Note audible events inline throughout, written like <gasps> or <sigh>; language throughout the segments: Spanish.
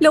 Lo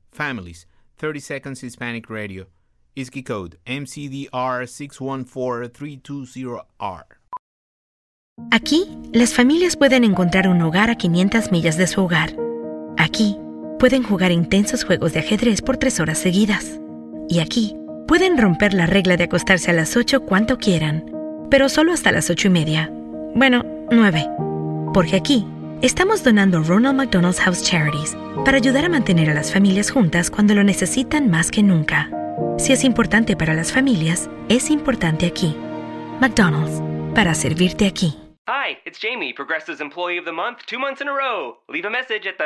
Families, 30 Seconds Hispanic Radio. ISKI code MCDR614320R. Aquí, las familias pueden encontrar un hogar a 500 millas de su hogar. Aquí, pueden jugar intensos juegos de ajedrez por tres horas seguidas. Y aquí, pueden romper la regla de acostarse a las 8 cuanto quieran, pero solo hasta las 8 y media. Bueno, 9. Porque aquí, estamos donando Ronald McDonald's House Charities para ayudar a mantener a las familias juntas cuando lo necesitan más que nunca. Si es importante para las familias, es importante aquí. McDonald's, para servirte aquí. Hi, it's Jamie, Progressive's Employee of the Month, two months in a row. Leave a message at the.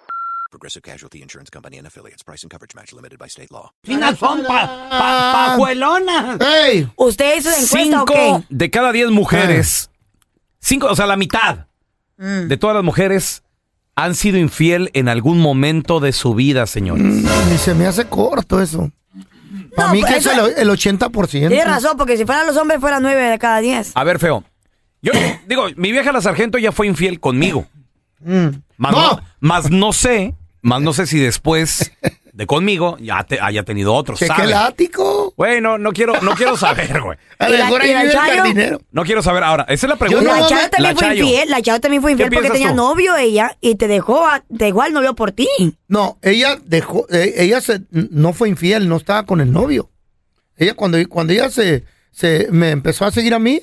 Progressive Casualty Insurance Company and affiliates. Price and coverage match limited by state law. Finas son pa, pa- pajuelonas. ¡Ey! ¿Usted hizo la encuesta Cinco o qué? de cada diez mujeres, Ah. cinco, o sea, la mitad Mm. de todas las mujeres han sido infiel en algún momento de su vida, señores. Ni se me hace corto eso. Mm. Para No, pues, mí pero que es eso- el, el 80%. Tiene razón, porque si fueran los hombres fueran nueve de cada diez. A ver, feo. <coughs> Yo digo, mi vieja la sargento ya fue infiel conmigo. Más, Mm. ¡No! no. más no sé, más no sé si después de conmigo ya te- haya tenido otro. ¡Qué, qué ¿sabe? látigo! Bueno, no quiero, no <laughs> quiero saber, güey. A ¿Y lo la- mejor ahí y la vive el Chayo? jardinero. No quiero saber. Ahora, esa es la pregunta. Yo no- La mames. Chayo también La fue Chayo. infiel, la Chayo también fue infiel porque piensas tenía tú? novio ella y te dejó, a- te dejó al novio por ti. No, ella dejó, eh, ella se, no fue infiel, no estaba con el novio. Ella cuando, cuando ella se, se me empezó a seguir a mí,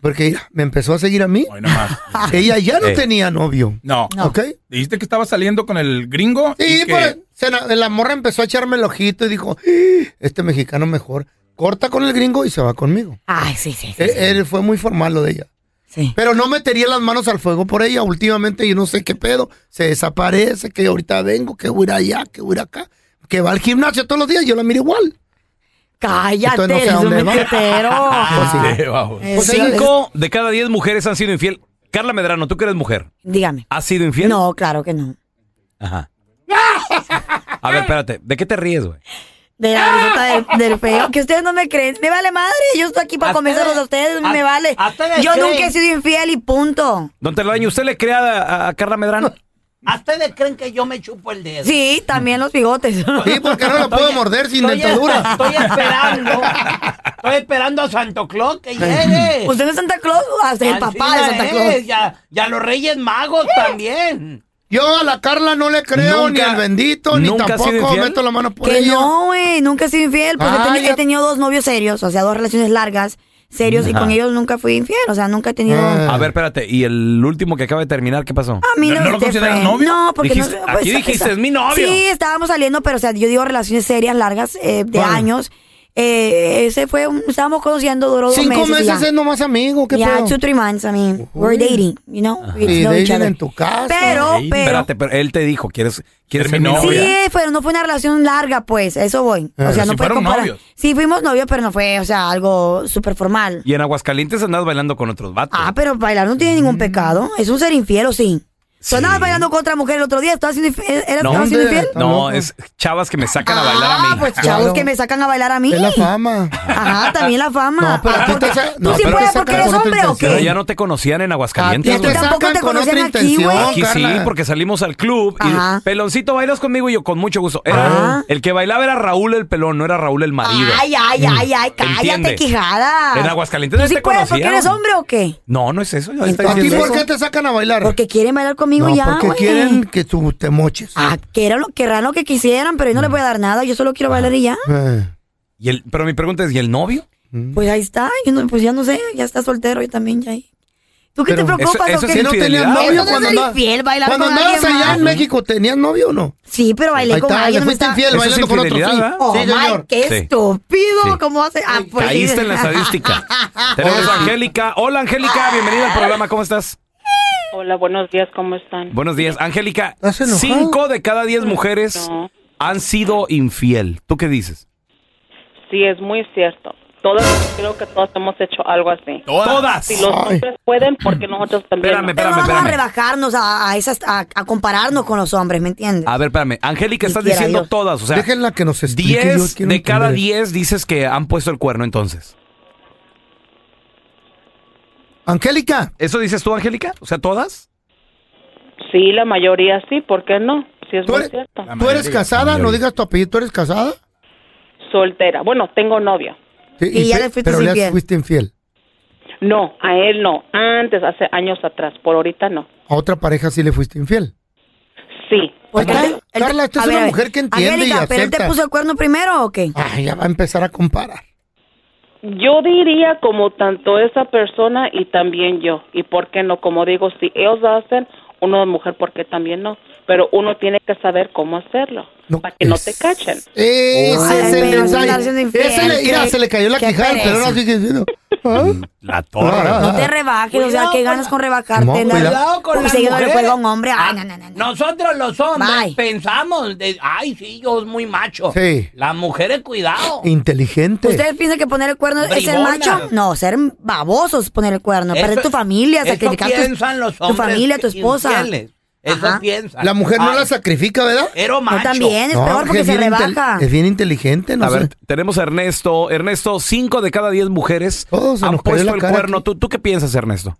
porque ella me empezó a seguir a mí, Hoy nomás. <laughs> ella ya no Eh. tenía novio. No. ¿Ok? Dijiste que estaba saliendo con el gringo. <laughs> Sí, y que- pues se na- la morra empezó a echarme el ojito y dijo, "Ah, este mexicano mejor, corta con el gringo y se va conmigo. Ay, sí, sí, sí. Él, él fue muy formal lo de ella. sí. Pero no metería las manos al fuego por ella. Últimamente yo no sé qué pedo. Se desaparece, que ahorita vengo, que voy a ir allá, que voy a ir acá. Que va al gimnasio todos los días, yo la miro igual. Cállate, Entonces no sé a es un dónde va. mentiroso. <laughs> Pues sí. Eh, vamos. Eh, Pues sí, Cinco de cada diez mujeres han sido infiel. Carla Medrano, tú que eres mujer, Dígame. ¿has sido infiel? No, claro que no. Ajá. A ver, espérate. ¿De qué te ríes, güey? De la risota <laughs> del, del feo. Que ustedes no me creen. Me vale madre. Yo estoy aquí para A convencerlos ustedes- a ustedes. a- Me vale. a ustedes Yo creen. nunca he sido infiel y punto. Don Telaraño, ¿usted le crea a, a Carla Medrano? ¿A ustedes creen que yo me chupo el dedo? Sí, también los bigotes. Sí, porque no la puedo morder sin Estoy, dentadura. estoy esperando. Estoy esperando a Santo Claus que llegue. ¿Usted no es Santa Claus? Hasta el papá de Así Santa es, Claus. Y a, y a los Reyes Magos también. Yo a la Carla no le creo ni Nunca- al bendito, ni ¿nunca ha sido tampoco infiel? meto la mano por Ah, Que ella. no, güey, nunca he sido infiel, porque he teni- Cállate. he tenido dos novios serios, o sea, dos relaciones largas, serios, y con ellos nunca fui infiel, o sea, nunca he tenido... Ah. A ver, espérate. ¿Y el último que acaba de terminar, qué pasó? A mí ¿No- no lo este consideras fue- novio? No, porque Dijiste- no... aquí dijiste, "Es mi novio". Sí, estábamos saliendo, pero, o sea, yo digo relaciones serias, largas, eh, de Bueno. años. Eh, ese fue, un- estábamos conociendo, duró dos Cinco meses. y meses ya. es nomás amigo, qué Yeah, two, pedo. three months, I mean, we're dating, you know, we Y know each dating other. en tu casa. Pero, Ey, pero, Espérate, pero él te dijo, ¿quieres, quieres ser mi Terminó. Sí, novia? Ah, eh, pero no fue una relación larga, pues, a eso voy. Ah, O sea, si no fue fueron comparar- novios. Sí, fuimos novios, pero no fue, o sea, algo súper formal. Y en Aguascalientes andabas bailando con otros vatos. Ah, pero bailar no tiene ningún pecado. Es un ser infiel, ¿o sí? Tú andabas bailando con otra mujer el otro día, ¿estabas siendo infiel? ¿Eras- No, estabas siendo infiel? no, es chavas que me sacan a bailar a mí. Ah, pues chavos que me sacan a bailar a mí. Es la fama. Ajá, también la fama. No, pero Ah, a ti te porque- sa- ¿Tú no, sí pero puedes te porque sacan eres con otra hombre o intención. Pero qué? ya no te conocían en Aguascalientes. A ti güey. tampoco te con otra conocían aquí, intención, güey. Aquí sí, Carla. porque salimos al club Ajá. y peloncito bailas conmigo y yo con mucho gusto. Era- el que bailaba era Raúl el pelón, no era Raúl el marido. Ay, ay, ay, ay, cállate, Entiende. quijada. En Aguascalientes ¿Tú no sí te puedes porque conocían. eres hombre o qué? Pues No, no es eso. yo estoy ¿A ti diciendo por qué eso. te sacan a bailar? Porque quieren bailar conmigo no, ya, Porque güey. quieren que tú te moches. Ah, que era lo, querrán lo que quisieran, pero yo no les voy a dar nada. Yo solo quiero bailar y ya. <laughs> Y el, pero mi pregunta es, ¿y el novio? Mm. Pues ahí está. yo no- pues ya no sé, ya está soltero yo también, ya. ahí. ¿Tú qué Pero te eso- preocupas eso o es qué? infidelidad. Eso novio no es cuando ser andaba- infiel, bailar Cuando con andabas alguien allá en más. México, ¿tenías novio o no? Sí, pero bailé Ahí con está, alguien. le no me fuiste estaba- infiel bailando con otro, sí. Oh, Sí, my, señor. qué Sí. estúpido. Sí. ¿Cómo hace? Ah, pues, sí. Caíste en la <laughs> estadística. Tenemos a Angélica. Hola, Angélica. Bienvenida al programa. ¿Cómo estás? Hola, buenos días, ¿cómo están? Buenos días. Angélica, cinco de cada diez mujeres No. han sido infiel. ¿Tú qué dices? Sí, es muy cierto. Todas, creo que todas hemos hecho algo así. Todas. Si los hombres pueden, porque nosotros también. no? Pero no vamos a rebajarnos a, a esas, a, a compararnos con los hombres, ¿me entiendes? A ver, espérame. Angélica, estás Siquiera diciendo Dios. todas. O sea, Déjenla que nos explique. diez yo quiero de cada entender diez dices que han puesto el cuerno entonces. Angélica. ¿Eso dices tú, Angélica? O sea, todas. Sí, la mayoría sí, ¿por qué no? Sí, es muy cierto. eso. ¿Tú eres casada? No digas tu apellido. ¿Tú eres casada? Soltera. Bueno, tengo novio. Sí, Y ya pe- le fuiste Pero le infiel. fuiste infiel. No, a él no. Antes, hace años atrás. Por ahorita no. A otra pareja sí le fuiste infiel. Sí. Carla, esta A es ver, una a ver. mujer que entiende Angélica, y ¿pero él te acepta. puso el cuerno primero o qué? Ay, ya va a empezar a comparar. Yo diría como tanto esa persona y también yo. ¿Y por qué no? Como digo, si ellos lo hacen, uno de mujer, ¿por qué también no? Pero uno tiene que saber cómo hacerlo. para que no te cachen. Ese es el pero es una detalle. relación infiel, Ese le, mira, qué- se le cayó la qué quijada, pereza. pero ahora sigue diciendo. ¿ah? La torre. Ah, No te rebajes, o sea, Cuidado pues. ¿qué con ganas la- con rebajarte? No, Andar- cuidado con Porque las seguido le mujeres. cuelga a un hombre. Ay, no, no, no. Nosotros los hombres pensamos, de, ay, sí, yo soy muy macho. Sí. Las mujeres, cuidado. Inteligente. ¿Ustedes piensan que poner el cuerno es el Bribonas. macho? No, ser babosos es poner el cuerno. Eso- Perder tu familia, eso sacrificar piensan tu, los tu hombres familia, tu esposa. infieles. Eso Ajá. piensan. La mujer no Ay, la sacrifica, ¿verdad? Pero macho. también, es peor porque se bien intel- rebaja. Es bien inteligente, no a sé. ver, tenemos a Ernesto. Ernesto, cinco de cada diez mujeres se han nos cayó la puesto el cara cuerno. ¿Tú, ¿Tú qué piensas, Ernesto?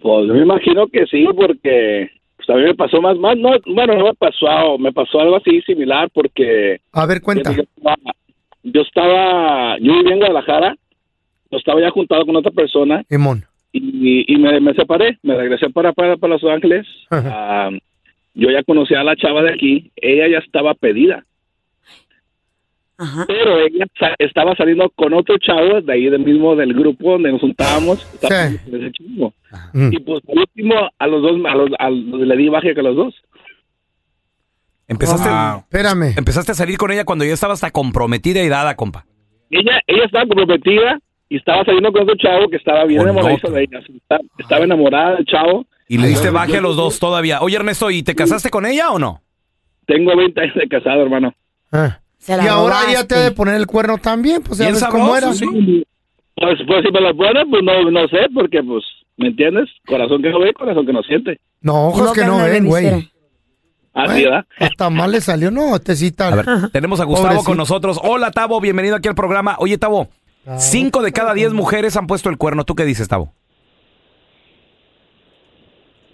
Pues yo me imagino que sí, porque pues, a mí me pasó más, más no, bueno, no me pasó, me pasó algo así similar porque... A ver, cuenta. Yo estaba, yo estaba- yo vivía en Guadalajara, yo estaba ya juntado con otra persona Emón. y, y me, me separé, me regresé para, para, para Los Ángeles. Ah, yo ya conocía a la chava de aquí, ella ya estaba pedida. Pero ella sa- estaba saliendo con otro chavo de ahí del mismo del grupo donde nos juntábamos. estaba con ese chavo. Y pues por último a los dos a los, a los- le di baje que a los dos. Empezaste, Ah, espérame. Empezaste a salir con ella cuando yo estaba hasta comprometida y dada, compa. Ella ella estaba comprometida y estaba saliendo con otro chavo que estaba bien Con enamorado de ella. Estaba, estaba enamorada del chavo. Y le diste baje a los dos todavía. Oye, Ernesto, ¿y te casaste con ella o no? Tengo 20 años de casado, hermano. Y ahora ella te ha de poner el cuerno también, pues ya Bien ves cómo sabroso, era. sí. Pues, pues si me la ponen, pues no, no sé, porque pues, ¿me entiendes? Corazón que no ve, corazón que no siente. No, ojos Digo que que no no le ven, quisiera. güey. Así, ¿verdad? Hasta mal le salió, no, este sí está. A <laughs> ver, tenemos a Gustavo Pobrecito. con nosotros. Hola, Tavo, bienvenido aquí al programa. Oye, Tavo, cinco de cada diez mujeres han puesto el cuerno. ¿Tú qué dices, Tavo?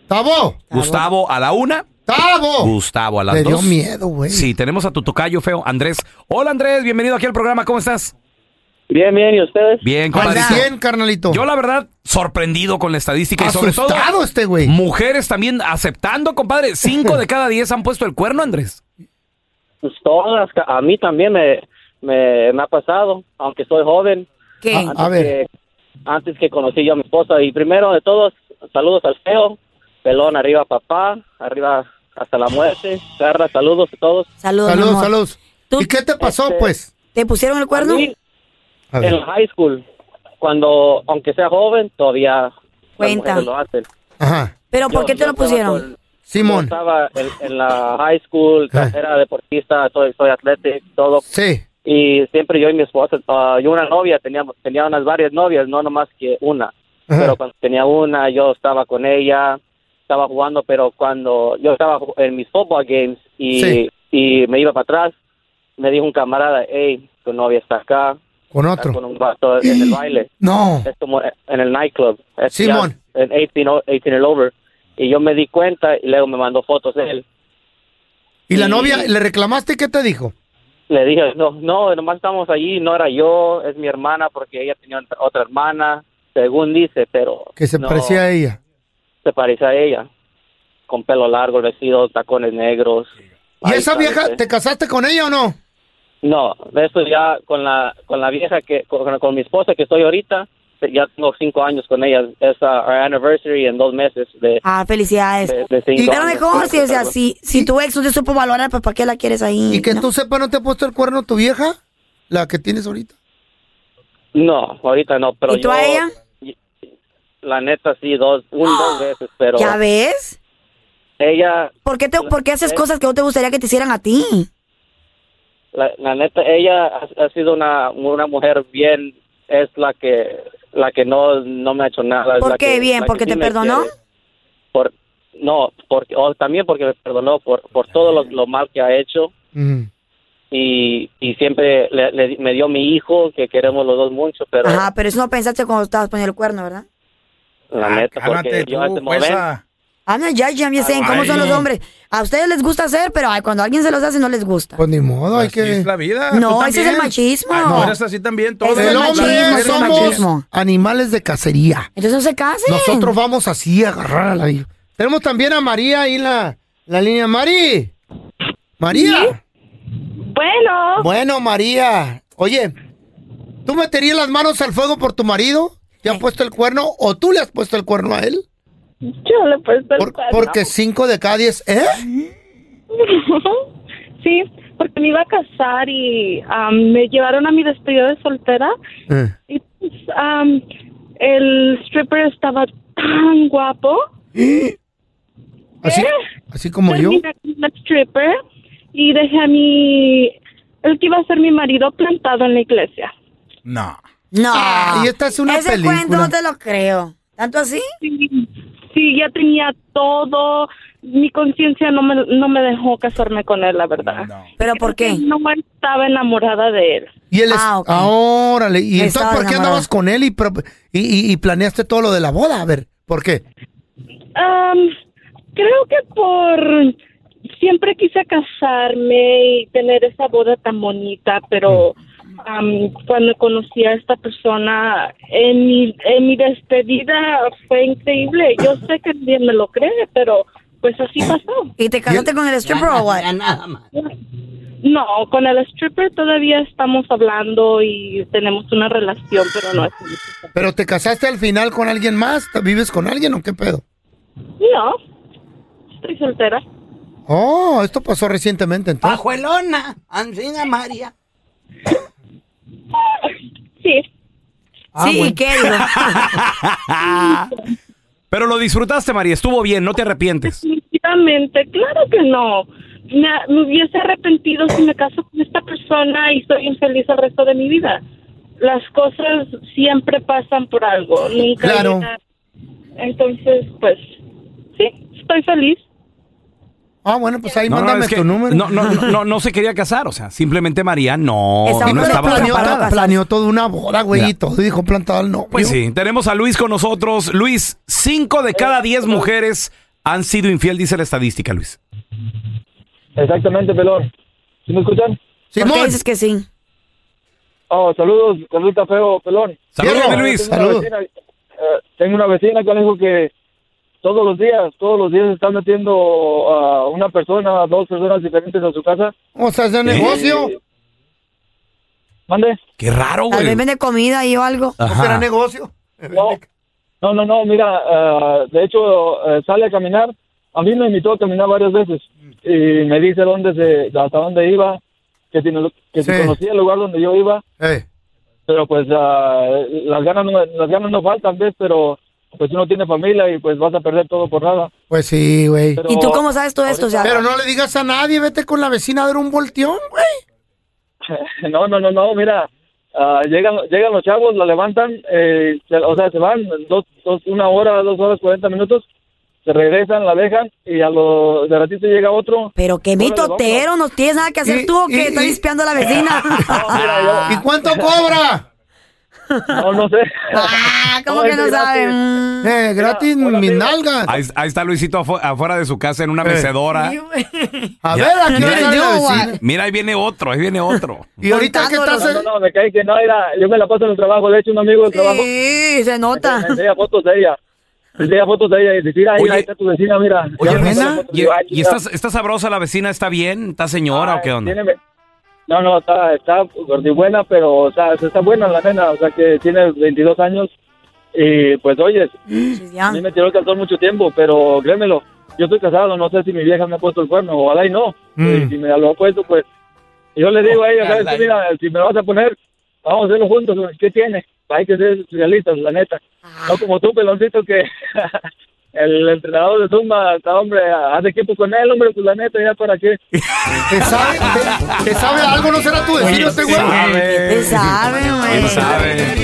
¡Tavo! Gustavo a la una. ¡Tavo! Gustavo a las Me dio dos. miedo, güey. Sí, tenemos a tu tocayo feo, Andrés. Hola, Andrés, bienvenido aquí al programa. ¿Cómo estás? Bien, bien, ¿y ustedes? Bien, Al compadrito. 100, carnalito. Yo, la verdad, sorprendido con la estadística y sobre Asustado todo. este güey. Mujeres también aceptando, compadre. <laughs> Cinco de cada diez han puesto el cuerno, Andrés. Pues todas, ca- a mí también me, me, me ha pasado, aunque soy joven. Ah, ¿Qué? Antes A ver. Que, antes que conocí yo a mi esposa. Y primero de todos, saludos al feo. Pelón, arriba papá, arriba hasta la muerte. Carla, saludos a todos. Saludos, Saludos, mi amor. saludos. ¿Y qué te pasó, Este- pues? ¿Te pusieron el cuerno? A En high school, cuando, aunque sea joven, todavía las Cuenta. mujeres lo hacen. Ajá. ¿Pero por Yo- qué te yo lo estaba pusieron? con- Yo estaba en, en la high school, era deportista, soy, soy athletic, todo. Ah. Sí. Y siempre yo y mi esposa, ah, yo una novia, tenía, <laughs> tenía unas varias novias, no nomás que una. Pero cuando tenía una, yo estaba con ella. estaba jugando, pero cuando yo estaba ju- en mis football games y, Sí. y me iba para atrás, me dijo un camarada, hey, tu novia está acá. Con está otro. Ah, Con un vato en el baile. No. Es como en el nightclub. Es ya Oh. Simón. En 18, o- 18 and over. Y yo me di cuenta y luego me mandó fotos de él. ¿Y la novia, le reclamaste qué te dijo? Le dije, no, no, nomás estamos allí, no era yo, es mi hermana porque ella tenía otra- otra hermana, según dice, pero... Que se no, parecía a ella. Se parecía a ella, con pelo largo, vestido, tacones negros. ¿Y Ahí esa está, vieja, dice. te casaste con ella o no? No, de eso ya con la, con la vieja que, con, con mi esposa que estoy ahorita, ya tengo cinco años con ella, es ah, our anniversary en dos meses de... Ah, felicidades. De- de cinco Pero años. mejor, si, o sea, si, si tu ex no te supo valorar, pues ¿para qué la quieres ahí? ¿Y que tú sepas no te ha puesto el cuerno tu vieja? La que tienes ahorita. No, ahorita no, pero ¿Y tú yo- a ella? ¡Ah! La neta sí, dos, un, dos veces, pero... ¿Ya ves? Ella ¿Por qué, te, por qué haces Eh. cosas que no te gustaría que te hicieran a ti? La, la neta, ella ha, ha sido una, una mujer bien, es la que la que no, no me ha hecho nada. es ¿Por la qué que- bien? la que ¿Porque sí te me perdonó? quiere. Por, no, porque, o también porque me perdonó por, por todo lo, lo mal que ha hecho Mm-hmm. y, y siempre le, le- me dio mi hijo, que queremos los dos mucho, pero Ajá, pero eso no pensaste cuando estabas poniendo el cuerno, ¿verdad? la neta, porque yo hace momento... Ah, no, ya, ya me dicen cómo son los Ay. hombres. A ustedes les gusta hacer, pero ay, cuando alguien se los hace no les gusta. Pues ni modo, hay que... Es la vida. tú No, ese es también. el machismo. Ah, tú eres así también. Todo el hombre es somos animales de cacería. Entonces no se Ah, casen. Nosotros vamos así a agarrar a la vieja. Tenemos también a María ahí en la, la línea. Mari. María. Bueno. Bueno, María. Oye, ¿tú meterías las manos al fuego por tu marido? ¿Te ha puesto el cuerno o tú le has puesto el cuerno a él? Yo le he puesto el cuerno. Porque cinco de cada diez, ¿eh? sí, porque me iba a casar y am, me llevaron a mi despedida de soltera. Eh. Y pues, am, el stripper estaba tan guapo. <gasps> Eh, Así, así como yo. Terminé con la stripper y dejé a mi. El que iba a ser mi marido plantado en la iglesia. No. No. Ah, y esta es una Ese película. cuento no te lo creo. ¿Tanto así? Sí, sí, ya tenía todo. Mi conciencia no me, no me dejó casarme con él, la verdad. ¿Pero por qué? No estaba enamorada de él. Y él es, ah, órale, ¿y entonces Estaba por qué enamorado. andabas con él y, pro- y, y- y planeaste todo lo de la boda? A ver, ¿por qué? Am, creo que por siempre quise casarme y tener esa boda tan bonita, pero am, cuando conocí a esta persona en mi en mi despedida fue increíble. Yo sé que bien me lo cree, pero pues así pasó. ¿Y te casaste con el stripper o what? No, con el stripper todavía estamos hablando y tenemos una relación, pero no es ¿Pero te casaste al final con alguien más? ¿Te- ¿Vives con alguien o qué pedo? no. Estoy soltera. Oh, esto pasó recientemente Ah, entonces. Pajuelona, Ancina María. Sí. Ah, sí, bueno. ¿y qué? <laughs> Digo, <laughs> Pero lo disfrutaste, María. Estuvo bien, no te arrepientes. Definitivamente, claro que no. Me, me hubiese arrepentido si me caso con esta persona y soy infeliz el resto de mi vida. Las cosas siempre pasan por algo, nunca. Claro. llega- Entonces, pues, sí, estoy feliz. Ah, bueno, pues ahí No, no, mándame es que tu número. No, no, <laughs> no, no, no se quería casar, o sea, simplemente María no, Y no no estaba planeó, preparada. Ah, planeó toda una boda, güey, y todo. y dijo plantado el novio. Pues sí, tenemos a Luis con nosotros. Luis, cinco de cada diez mujeres han sido infiel, dice la estadística, Luis. Exactamente, pelón. ¿Sí me escuchan? ¿Por qué dices que sí? Oh, saludos, saludos, feo, pelón. Saludos, mi Luis. Tengo una, Saludos. vecina, eh, tengo una vecina que me dijo que todos los días, todos los días están metiendo a una persona, dos personas diferentes a su casa. O sea, es de negocio. ¿Mande? Qué raro, Tal vez vende comida y o algo. será negocio? No, no, no, no, mira, eh, de hecho eh, sale a caminar. A mí me invitó a caminar varias veces y me dice dónde se, hasta dónde iba, que si, no- que si Sí. conocía el lugar donde yo iba. Ey. Pero pues ah, las ganas no, las ganas no faltan, ¿ves? Pero pues uno tiene familia y pues vas a perder todo por nada. Pues sí, güey. Pero- ¿Y tú cómo sabes todo esto, o sea? Pero no le digas a nadie, vete con la vecina a dar un volteón, güey. <laughs> No, no, no, no, mira, ah, llegan, llegan los chavos, la levantan, eh, se- o sea, se van dos, dos, una hora, dos horas, cuarenta minutos, se regresan, la dejan y a lo de ratito llega otro. Pero qué mitotero, no tienes nada que hacer Y- tú o y- qué, estás y- espiando a la <laughs> vecina. <laughs> ¿Y <laughs> cuánto cobra? No, no sé. ¿Cómo que no saben? Eh, gratis <laughs> mis nalgas. Ahí, ahí está Luisito afu- afuera de su casa en Eh. una mecedora. A Ya. ver, ¿a qué hora sale la vecina? Mira, ahí viene otro, ahí viene otro. ¿Y ahorita qué estás No, no, no, me cae que no, era, yo me la paso en el trabajo, de hecho un amigo del trabajo. Sí, se nota. Me enseña fotos de ella. Me enseña fotos de ella y dice, mira, ahí, Oye. ahí está tu vecina, mira. Oye, Ya me Luis, enseña fotos, ¿y, digo, ay, y mira, estás- está sabrosa la vecina? ¿Está bien? ¿Está señora o qué onda? tiene- No, no, está, está gordibuena, pero, o sea, está buena la nena, o sea, que tiene 22 años y, pues, oye, a mí me tiró el calzón mucho tiempo, pero créemelo, yo estoy casado, no sé si mi vieja me ha puesto el cuerno, ojalá y no, Mm. Y Eh, si me lo ha puesto, pues, yo le digo a ella, ¿sabes qué? Mira, si me lo vas a poner, vamos a hacerlo juntos, güey. ¿qué tiene? Hay que ser realistas, la neta, no como tú, peloncito, que... <laughs> El entrenador de Zumba, está, hombre, haz equipo con él, hombre, pues la neta, ya para qué. <laughs> ¿Te sabe, te, te sabe algo? ¿No será tu vecino este güey? ¿Qué sabe, güey? ¿Quién sabe?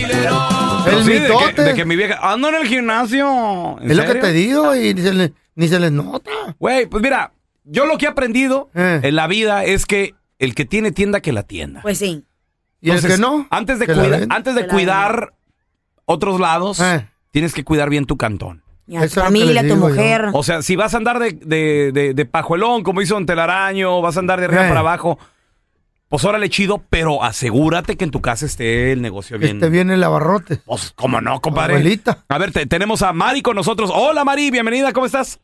Pero sí, de que, de que mi vieja. Ando en el gimnasio. ¿En Es lo que serio? te digo y ni se, le- ni se les nota. Güey, pues mira, yo lo que he aprendido Eh. en la vida es que el que tiene tienda, que la tienda. Pues sí. ¿Y el que no? Antes de, Que la cuida- venda. Eh. antes de Que la cuidar otros lados, tienes que cuidar bien tu cantón. Y a tu familia, a tu mujer. O sea, si vas a andar de, de- de- de pajuelón, como hizo en Telaraño, vas a andar de arriba Eh. para abajo, pues órale chido, pero asegúrate que en tu casa esté el negocio Que bien. te viene el abarrote. Pues, ¿cómo no, compadre? Abuelita. A ver, te- tenemos a Mari con nosotros. Hola, Mari, bienvenida, ¿cómo estás?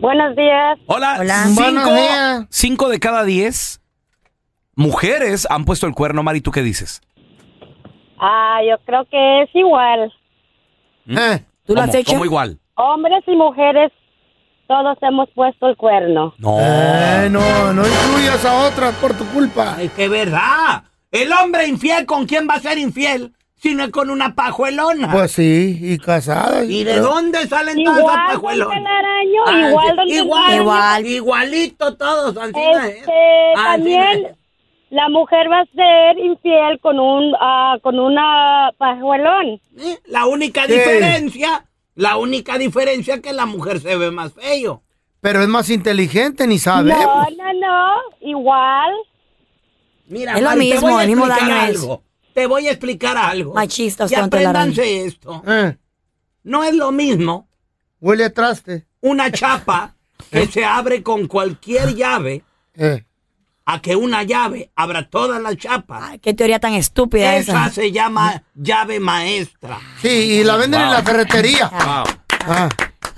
Buenos días. Hola. Buenos Cinco, días. cinco de cada diez mujeres han puesto el cuerno, Mari, ¿tú qué dices? Ah, yo creo que es igual. ¿Tú lo has hecho? ¿Mm? ¿Cómo igual? Hombres y mujeres, todos hemos puesto el cuerno. No. Eh, no, no incluyas a otras por tu culpa. Ay, qué verdad. El hombre infiel, ¿con quién va a ser infiel? Si no es con una Ah. pajuelona. Pues sí, y casada. ¿Y de creo. dónde salen Igual, todas esas don pajuelonas? Ah, Telaraño, igual, don Telaraño. Igual. Igualito todos, Alcina, ¿eh? Este, Ah, también la mujer va a ser infiel con un ah, con una pajuelón. ¿Eh? La única Sí. diferencia, la única diferencia es que la mujer se ve más feo. Pero es más inteligente, ni sabe. No, no, no, igual. Mira, Es lo Mari, te mismo, voy a el mismo explicar daño es. algo. Te voy a explicar algo. Machistas Y son telarañas. apréndanse esto. No es lo mismo. Eh. Huele a traste. Una chapa que se abre con cualquier llave Eh. a que una llave abra todas las chapas. Qué teoría tan estúpida Esa esa. se llama llave maestra. Sí, y la venden en la ferretería. Ah,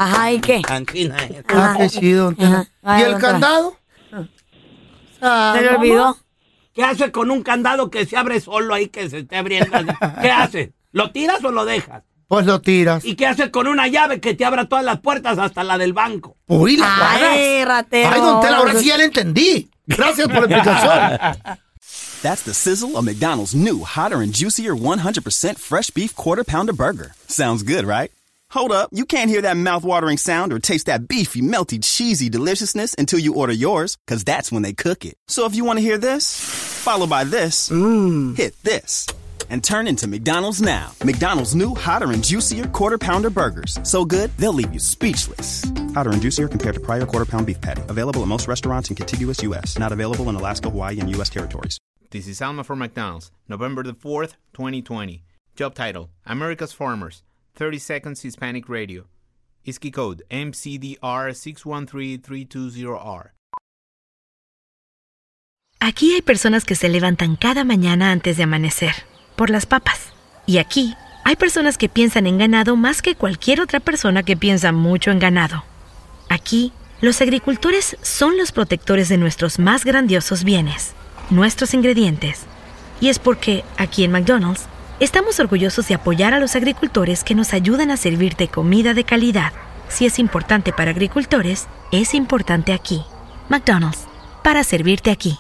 Ajá, ¿y qué? eh. ah, qué chido. ¿Y el candado? Se le olvidó. ¿Qué haces con un candado que se abre solo ahí, que se esté abriendo? ¿Qué haces? ¿Lo tiras o lo dejas? Pues lo tiras. ¿Y qué haces con una llave que te abra todas las puertas hasta la del banco? Uy, Ah, la Ay, cuadras. ratero. Ay, don Tela, ahora sí ya le entendí. Gracias por <laughs> la explicación. That's the sizzle of McDonald's new hotter and juicier 100% fresh beef quarter pounder burger. Sounds good, right? Hold up, you can't hear that mouth-watering sound or taste that beefy, melty, cheesy deliciousness until you order yours, cuz that's when they cook it. So if you want to hear this, followed by this, hit this and turn into McDonald's now. McDonald's new hotter and juicier quarter pounder burgers. So good, they'll leave you speechless. Hotter and juicier compared to prior quarter pound beef patty. Available at most restaurants in contiguous US. Not available in Alaska, Hawaii, and US territories. This is Alma for McDonald's, November the 4th, 2020. Job title America's Farmers, 30 Seconds Hispanic Radio. ISKI code MCDR613320R. Aquí hay personas que se levantan cada mañana antes de amanecer, por las papas. Y aquí hay personas que piensan en ganado más que cualquier otra persona que piensa mucho en ganado. Aquí, los agricultores son los protectores de nuestros más grandiosos bienes, nuestros ingredientes. Y es porque, aquí en McDonald's, estamos orgullosos de apoyar a los agricultores que nos ayudan a servirte comida de calidad. Si es importante para agricultores, es importante aquí. McDonald's, para servirte aquí.